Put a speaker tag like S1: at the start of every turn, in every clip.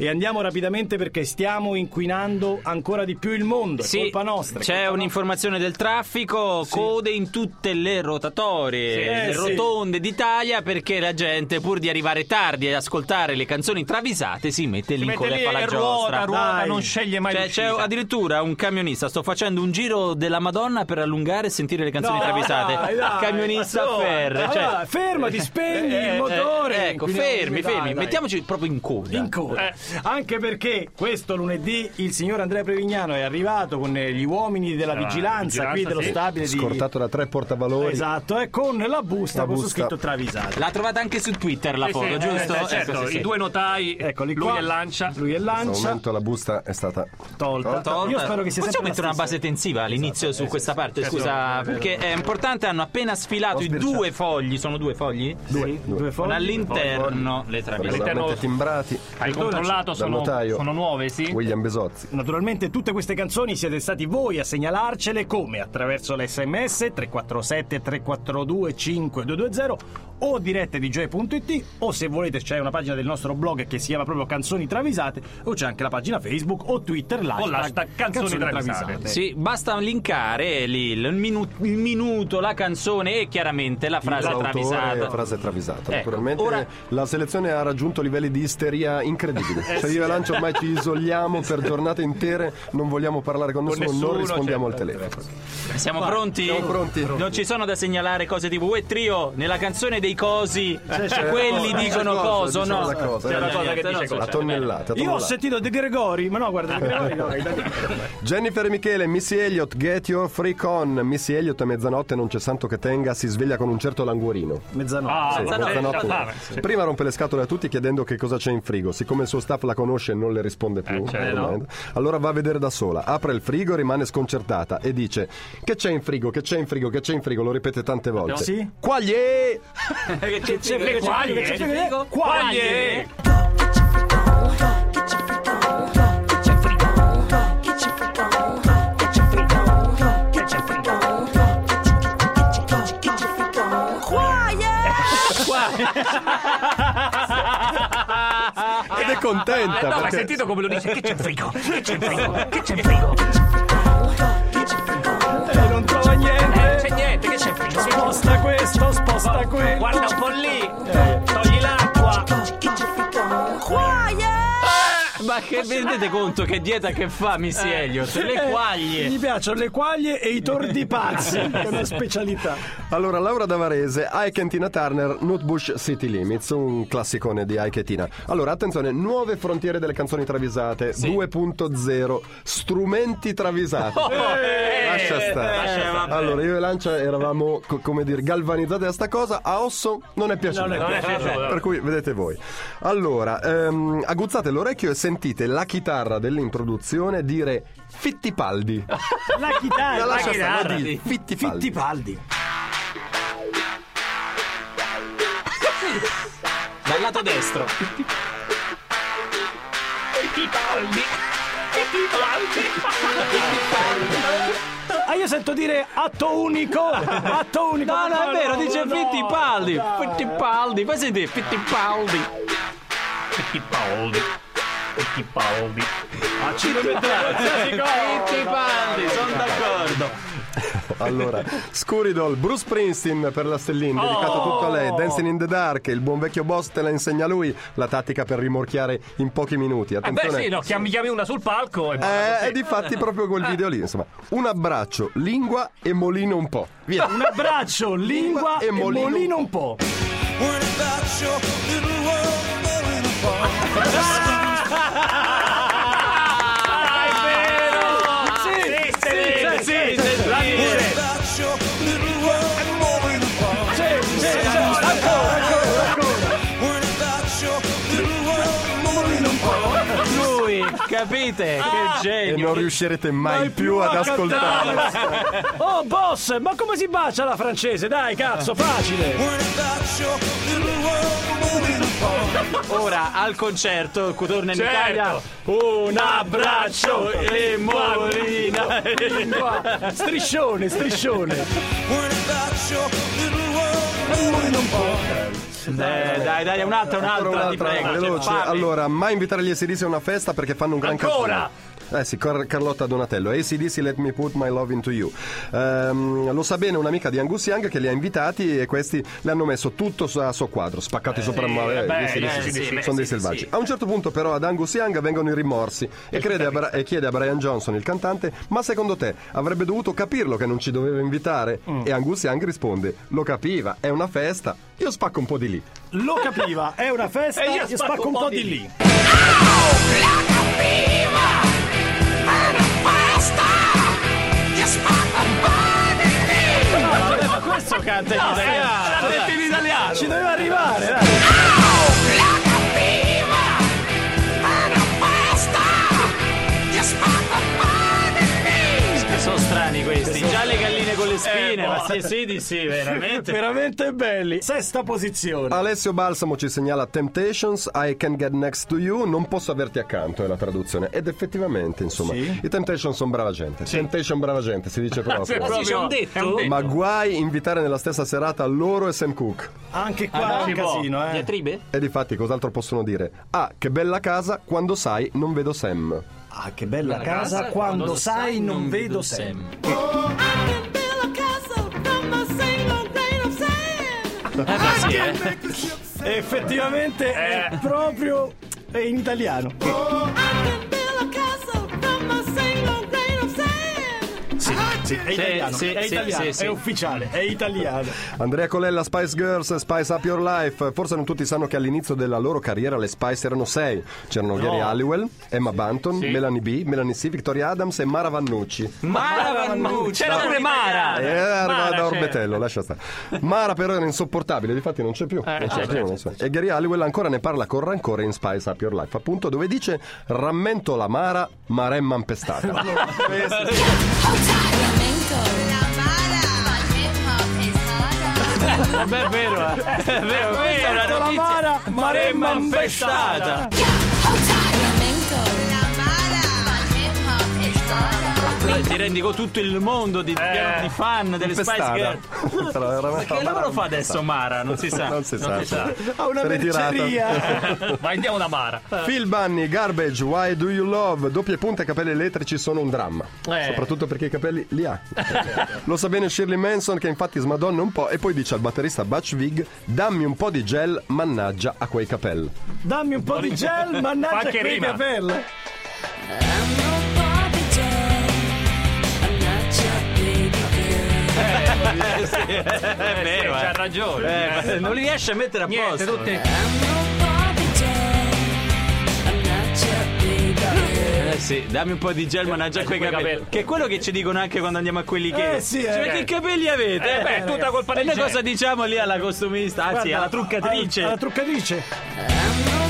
S1: E andiamo rapidamente perché stiamo inquinando ancora di più il mondo. È
S2: Sì,
S1: colpa nostra. è
S2: c'è
S1: colpa
S2: un'informazione del traffico,
S1: Sì.
S2: code in tutte le rotatorie,
S1: Sì.
S2: le
S1: Eh, sì.
S2: rotonde d'Italia perché la gente pur di arrivare tardi e ascoltare le canzoni travisate si mette lì in
S3: mette lì
S2: colefa alla
S3: e ruota,
S2: giostra.
S3: ruota,
S1: dai.
S3: non sceglie mai
S2: Cioè, c'è
S3: l'uscita.
S2: addirittura un camionista, sto facendo un giro della Madonna per allungare e sentire le canzoni
S1: No,
S2: travisate.
S1: dai, dai,
S2: camionista
S1: ma so-
S2: ferre. Cioè,
S1: Allora, fermati, spegni
S2: eh,
S1: il motore.
S2: eh, ecco,
S1: Inquiniamo
S2: fermi,
S1: insieme, dai,
S2: fermi.
S1: dai.
S2: Mettiamoci proprio in coda.
S1: In coda. Anche perché questo lunedì il signor Andrea Prevignano è arrivato con eh, gli uomini della
S3: Della
S1: vigilanza, qui
S3: vigilanza,
S1: dello
S3: sì.
S1: stabile di
S4: scortato da tre portavalori.
S1: Esatto, e con la busta
S4: La
S1: con su
S4: busta.
S1: scritto travisato.
S2: L'ha trovata anche su Twitter la
S3: Sì,
S2: foto,
S3: sì, eh,
S2: giusto?
S3: eh, certo,
S2: Ecco, sì, sì.
S3: i due notai,
S5: Ecco,
S1: Eccoli
S3: lui
S1: Ecco, qua.
S3: e Lancia.
S1: Lui è
S4: In questo
S1: lancia
S4: momento la busta è stata
S1: tolta.
S2: Torta.
S1: Io spero che sia
S2: Possiamo
S1: sempre la
S2: mettere una
S1: stessa.
S2: base tensiva all'inizio su questa parte,
S3: certo.
S2: scusa, perché è importante, hanno appena sfilato
S4: Ho
S2: i
S4: sbirciato.
S2: due fogli, sono due fogli?
S1: Due, due
S2: Con
S1: fogli.
S2: all'interno le travisate.
S4: regolarmente timbrati.
S3: Hai controllato, sono,
S4: notaio.
S3: sono nuove, sì?
S4: William Besozzi.
S1: Naturalmente tutte queste canzoni siete stati voi a segnalarcele come attraverso l'SMS 347 342 5220 o dirette dj.it o se volete c'è una pagina del nostro blog che si chiama proprio Canzoni Travisate o c'è anche la pagina Facebook o Twitter live
S3: l'hashtag Canzoni Travisate.
S2: Sì, basta linkare lì il, minu- il minuto, la canzone e chiaramente la frase
S4: L'autore,
S2: travisata.
S4: frase travisata.
S2: Ecco,
S4: Naturalmente
S2: ora-
S4: la selezione ha raggiunto livelli di isteria incredibili. cioè io e Lancio ormai ci isoliamo per giornate intere, non vogliamo parlare con nessuno,
S3: nessuno,
S4: non rispondiamo al
S3: certo.
S4: telefono.
S2: Siamo pronti?
S4: siamo pronti.
S2: Non ci sono da segnalare cose tipo Uè trio, nella canzone dei cosi, quelli dicono
S4: cosa, dice
S2: coso,
S4: cosa,
S2: no?
S4: dice cosa,
S2: C'è
S4: eh,
S2: una
S4: la
S2: cosa che
S3: gente
S2: dice
S3: non
S4: La
S2: cosa.
S4: tonnellata.
S1: Io ho
S4: tonnellata.
S1: sentito De Gregori, ma no, guarda, De Gregori no, è italiano.
S4: Jennifer e Michele, Missy Elliott, Get Your Freak On. Missy Elliott a mezzanotte, non c'è santo che tenga, si sveglia con un certo languorino.
S1: mezzanotte.
S3: Ah,
S4: Sì,
S3: vabbè,
S4: mezzanotte.
S3: vabbè, sì.
S4: Prima rompe le scatole a tutti chiedendo che cosa c'è in frigo. Siccome il suo staff la conosce e non le risponde più,
S3: Eh, certo.
S4: alla domanda, allora va a vedere da sola. Apre il frigo, rimane sconcertata e dice: Che c'è in frigo? Che c'è in frigo? Che c'è in frigo? Lo ripete tante volte.
S1: Sì?
S4: Quaglie!
S2: Che c'è- c'è-
S3: Le
S2: c'è-
S3: quaglie,
S2: c'è-
S3: eh,
S2: c'è-
S1: dico.
S2: Quaglie.
S6: Get your freak on, get your freak on, get your freak on, get your freak on, get your freak on, get your freak on, get your get your get your freak on. Quiet.
S4: Ed è contenta.
S3: Ah, No, ma hai
S4: perché-
S3: sentito come lo dice? Che c'è frigo? Che c'è frigo? Che c'è frigo?
S6: Get your freak on,
S1: non trova
S3: Non
S1: niente.
S3: c'è niente, che c'è frigo?
S1: Sposta questo, sposta quello.
S3: Guarda un po' lì, togli l'acqua.
S6: get your freak on. Quiet.
S2: Ma che vi rendete conto che dieta che fa Missy Elliott? Le
S1: Eh,
S2: quaglie.
S1: Gli piacciono le quaglie e i tordi pazzi, che è una specialità.
S4: Allora, Laura Davarese, Ike and Tina Turner, Nutbush City Limits, un classicone di Ike e Tina. Allora, attenzione, nuove frontiere delle canzoni travisate, 2.0, strumenti travisati.
S2: Oh,
S4: Lascia stare.
S2: eh, vabbè.
S4: allora, io e Lancia eravamo, co- come dire, galvanizzati da sta cosa, a Osso non è piaciuto.
S1: Non
S3: è piaciuto.
S4: Per cui, vedete voi. Allora, ehm, aguzzate l'orecchio e sentite la chitarra dell'introduzione dire Fittipaldi.
S1: La chitarra.
S4: La lascia stare,
S3: chitarra,
S4: la di-
S3: sì.
S4: Fittipaldi.
S1: Fittipaldi.
S2: Dal lato destro.
S1: Ah, io sento dire atto unico. Atto unico.
S2: No, no, è vero,
S1: no,
S2: dice
S1: no,
S2: Fittipaldi.
S1: dai.
S2: Fittipaldi, fai sentire Fittipaldi.
S3: Fittipaldi. Fittipaldi.
S1: Ah, ci devo mettere.
S2: Fittipaldi, sono d'accordo.
S4: Allora, Scuridol, Bruce Princeton per la stellina, dedicato tutto a
S3: Oh!
S4: lei. Dancing in the Dark, il buon vecchio boss te la insegna lui, la tattica per rimorchiare in pochi minuti.
S3: Eh beh
S4: Attenzione.
S3: sì, no, chiami, chiami una sul palco e basta,
S4: Eh,
S3: sì.
S4: è di fatti proprio quel video lì, insomma. Un abbraccio, lingua e molino un po'. Via.
S3: Eh.
S1: Un abbraccio, lingua e molino, un po'.
S7: What about your little world falling apart?
S3: Ah, è vero! Sì, sì, sì, sì, sì, la
S7: What
S3: dice.
S7: about your little world falling apart? What about your little world falling apart?
S2: Lui, capite? Che
S4: E
S2: genio.
S4: non riuscirete mai più ad ascoltarlo.
S1: Oh, boss, ma come si bacia la francese? Dai, cazzo, facile.
S7: What about your little world falling apart?
S2: Ora al concerto, torna in
S3: Certo.
S2: Italia. Certo.
S1: Un
S2: Abbraccio e molina.
S1: Lingua. Striscione, striscione.
S7: What about your little world falling apart?
S2: Eh, dai, dai, un'altra, un'altra,
S4: Ancora eh,
S2: ti prego. cioè,
S4: veloce.
S2: parli.
S4: allora, mai invitare gli ACDC a una festa perché fanno un gran
S1: Ancora?
S4: casino. Eh sì, Car- Carlotta Donatello, ACDC Let Me Put My Love Into You. Ehm, lo sa bene un'amica di Angus Young che li ha invitati e questi le hanno messo tutto so- a suo quadro, spaccati sopra il mare.
S1: vabbè,
S4: gli AC/DC
S1: eh, sì,
S4: sono
S1: beh,
S4: dei selvaggi. A un certo punto, però, ad Angus Young vengono i rimorsi e, crede a Bra- e chiede a Brian Johnson, il cantante, ma secondo te avrebbe dovuto capirlo che non ci doveva invitare?
S1: Mm.
S4: E Angus Young risponde, lo capiva, è una festa, io spacco un po' di lì.
S1: Lo capiva, è una festa,
S2: E io
S1: io spacco un po' di lì.
S2: Ma questo canta in italiano. L'ha detto in italiano.
S1: Ci doveva arrivare, dai.
S2: Sono strani questi. Già le galline con le spine.
S1: Eh,
S2: ma
S1: boh.
S2: sì, sì, di sì, veramente.
S1: Veramente belli. Sesta posizione.
S4: Alessio Balsamo ci segnala Temptations, I Can Get Next to You, non posso averti accanto è la traduzione. Ed effettivamente, insomma,
S1: Sì.
S4: i Temptations sono brava gente. Temptation brava gente, si dice proprio.
S2: proprio-
S5: ci han detto?
S2: è un detto.
S4: Ma guai invitare nella stessa serata loro e Sam Cooke.
S1: Anche
S2: Ah,
S1: qua è
S2: non
S1: un
S2: si può.
S1: casino, eh.
S2: Diatribe?
S4: E difatti cos'altro possono dire? Ah, che bella casa, quando sai non vedo Sam.
S1: Ah, che bella casa, quando, sai non vedo sempre. Effettivamente è proprio è in italiano. Sì, sì, è italiano,
S2: sì,
S1: è,
S2: sì,
S1: italiano
S2: sì, sì.
S1: è ufficiale, è italiano.
S4: Andrea Colella, Spice Girls, Spice Up Your Life. Forse non tutti sanno che all'inizio della loro carriera le Spice erano sei. C'erano Gary Halliwell, Emma Banton, Melanie B, Melanie C, Victoria Adams e Mara Vannucci.
S2: Mara Vannucci. C'era pure Ah, Mara.
S4: Eh, Era arrivata da Orbetello, lascia stare. Mara però era insopportabile, difatti non c'è più. non c'è più, non so. E Gary Halliwell ancora ne parla con rancore in Spice Up Your Life, appunto, dove dice rammento la Mara, ma remma impestata.
S2: Vabbè, è vero. eh. È vero, questa è una
S1: La
S2: notizia.
S1: Mara, Maremma
S2: infestata.
S1: infestata.
S2: Eh, Ti rendi conto tutto il mondo di, pieno di fan delle Spice
S4: Impestata.
S2: Girl.
S4: Tra- rammento la
S2: Che
S4: Mara-
S2: lavoro fa adesso Mara? Non si sa.
S4: Non si sa.
S1: Ha una
S4: Ritirata.
S1: merceria.
S5: Ma andiamo da Mara.
S4: Phil Bunny, Garbage, Why Do You Love? Doppie punte e capelli elettrici sono un dramma. Soprattutto perché i capelli li ha. Lo sa bene Shirley Manson che infatti smadonna un po' e poi dice al batterista Butch Vig dammi un po' di gel, mannaggia a quei capelli.
S1: Dammi un po' di gel, mannaggia
S5: anche
S1: quei
S5: rima.
S1: capelli.
S2: È vero,
S5: C'ha
S2: eh.
S5: ragione.
S2: Eh, ma non li riesce a mettere a
S5: Niente,
S2: posto.
S5: tutte
S2: Eh sì, dammi un po' di gel, mannaggia quei
S5: quei
S2: capelli.
S5: eh, capelli.
S2: Che è quello che ci dicono anche quando andiamo a quelli che.
S1: Eh, sì, eh.
S2: Cioè, che capelli avete?
S5: Eh, beh, è tutta
S2: ragazzi.
S5: colpa
S2: E
S5: del
S2: noi
S5: gel.
S2: cosa diciamo lì alla costumista? Anzi, alla truccatrice.
S1: Alla, alla truccatrice.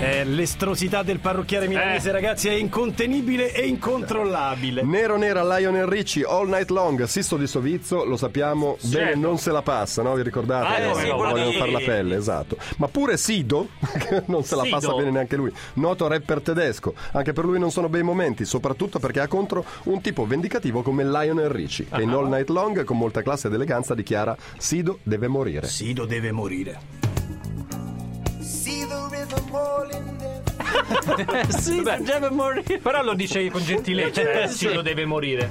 S1: Eh, l'estrosità del parrucchiere milanese, ragazzi, è incontenibile e incontrollabile.
S4: Nero Nera, Lionel Ricci, All Night Long, Sisto di Sovizzo, lo sappiamo, bene non se la passa, no? Vi ricordate?
S2: certo. Ah,
S4: Eh,
S2: sì, quello
S4: vogliono
S2: di-
S4: far la pelle, esatto. Ma pure Sido, che non se la
S5: Sido?
S4: passa bene neanche lui, noto rapper tedesco. Anche per lui non sono bei momenti, soprattutto perché ha contro un tipo vendicativo come Lionel Ricci, che in
S2: Ah.
S4: All Night Long, con molta classe ed eleganza, dichiara Sido deve morire.
S1: Sido deve morire.
S7: See the river rolling down.
S2: Eh sì, mangiamo e morire.
S5: Però lo dice con gentilezza. eh, Sì, lo deve morire.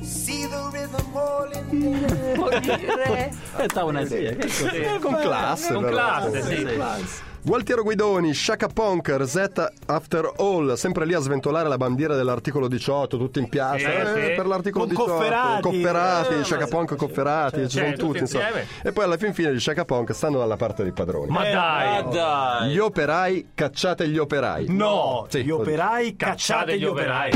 S7: See the river rolling down.
S2: Eh, sta una serie.
S4: Con classe,
S5: Con
S4: però.
S5: classe, sì.
S4: Gualtiero Guidoni, Shaka Punk, Rosetta After All, sempre lì a sventolare la bandiera dell'articolo 18, tutti in piazza.
S5: Sì,
S4: eh,
S5: sì.
S4: Per l'articolo
S1: Con
S4: 18,
S1: Cofferati. Eh,
S4: Cofferati, Shaka Punk, Cofferati, ci sono
S5: tutti
S4: tutti. insomma.
S5: insieme.
S4: E poi alla fin fine di Shaka Punk stanno dalla parte dei padroni.
S5: Ma
S2: Ah,
S5: dai.
S2: dai.
S4: Gli operai, cacciate gli operai.
S1: No,
S4: Sì,
S1: gli operai, cacciate gli operai.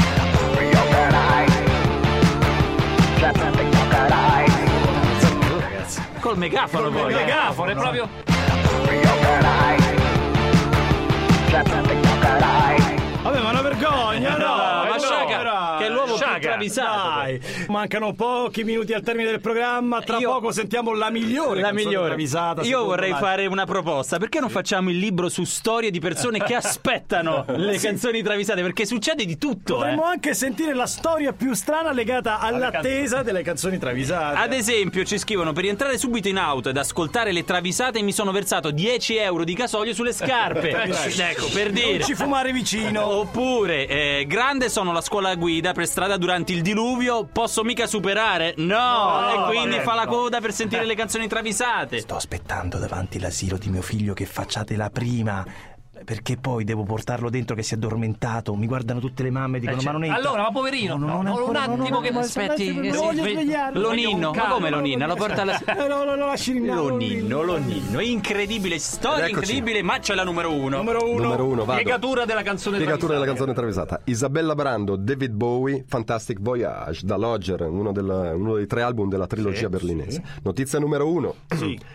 S2: Col megafono
S5: Col
S2: poi.
S5: megafono, è proprio.
S1: Vabbè, ma è una vergogna, no!
S2: Ah,
S5: Eh
S2: ma
S5: no,
S2: Sciaga,
S5: però-
S1: Eh,
S2: che è l'uomo più
S5: Sciaga.
S2: travisato.
S1: Dai, mancano pochi minuti al termine del programma. Tra
S2: Io-
S1: poco sentiamo la migliore.
S2: La
S1: canzone
S2: migliore.
S1: travisata,
S2: Io
S1: secondo
S2: vorrei
S1: la-
S2: fare una proposta. Perché non facciamo il libro su storie di persone che aspettano le canzoni travisate? Perché succede di tutto. eh.
S1: Potremmo anche sentire la storia più strana legata all'attesa delle canzoni travisate.
S2: Ad esempio, ci scrivono: per rientrare subito in auto ed ascoltare le travisate, mi sono versato 10 euro di gasolio sulle scarpe. ecco, per dire.
S1: Eh, Non ci fumare vicino.
S2: Oppure, eh, grande sono la scuola guida per strada durante il diluvio, posso mica superare? No! e quindi fa la coda per sentire le canzoni travisate.
S1: Eh. Sto aspettando davanti l'asilo di mio figlio che facciate la prima. Perché poi devo portarlo dentro che si è addormentato. Mi guardano tutte le mamme e dicono: Ma non entra.
S5: Allora, ma poverino,
S1: No, no, no,
S5: no,
S1: ancora,
S5: un
S1: no, no, no,
S5: attimo che
S1: no,
S8: aspetti,
S1: non
S8: che
S2: eh,
S1: voglio
S8: si svegli-
S1: svegliarlo.
S2: Lonino, ma come Lonina? Lo porta alla.
S1: Eh, no, no, no, lasci in mano,
S2: Lonino, Lonino, incredibile, storia
S4: Ed eccoci.
S2: incredibile, ma c'è la numero uno.
S1: Numero uno.
S4: Numero uno, vado.
S5: Piegatura della canzone
S4: Piegatura della
S5: travisata.
S4: canzone travisata. Isabella Brando, David Bowie, Fantastic Voyage, da Lodger, uno, del- uno dei tre album della trilogia berlinese. Notizia numero uno.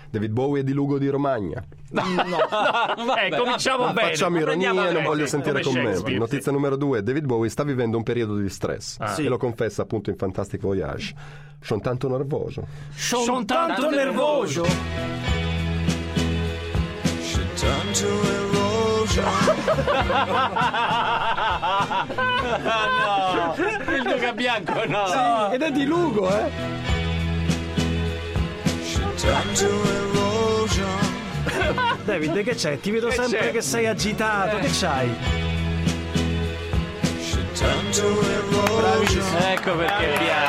S4: David Bowie è di Lugo di Romagna.
S2: Vabbè,
S5: Eh, cominciamo
S4: Non
S5: bene.
S4: facciamo
S5: Ma
S4: ironia,
S5: prendiamo-
S4: non
S5: eh,
S4: voglio
S5: sì,
S4: sentire
S5: come
S4: commenti.
S5: Shakespeare, Ah.
S4: Notizia numero due, David Bowie sta vivendo un periodo di stress e lo confessa appunto in Fantastic Voyage. Sono tanto nervoso.
S1: Sono tanto nervoso.
S7: Tanto erosion.
S2: il Duca Bianco, no.
S4: Ed è di Lugo, eh?
S7: Tanto erosion.
S1: David, che c'è? Ti vedo sempre che sei agitato. Che c'hai?
S7: Tanto erosion.
S2: Ecco perché Bianco.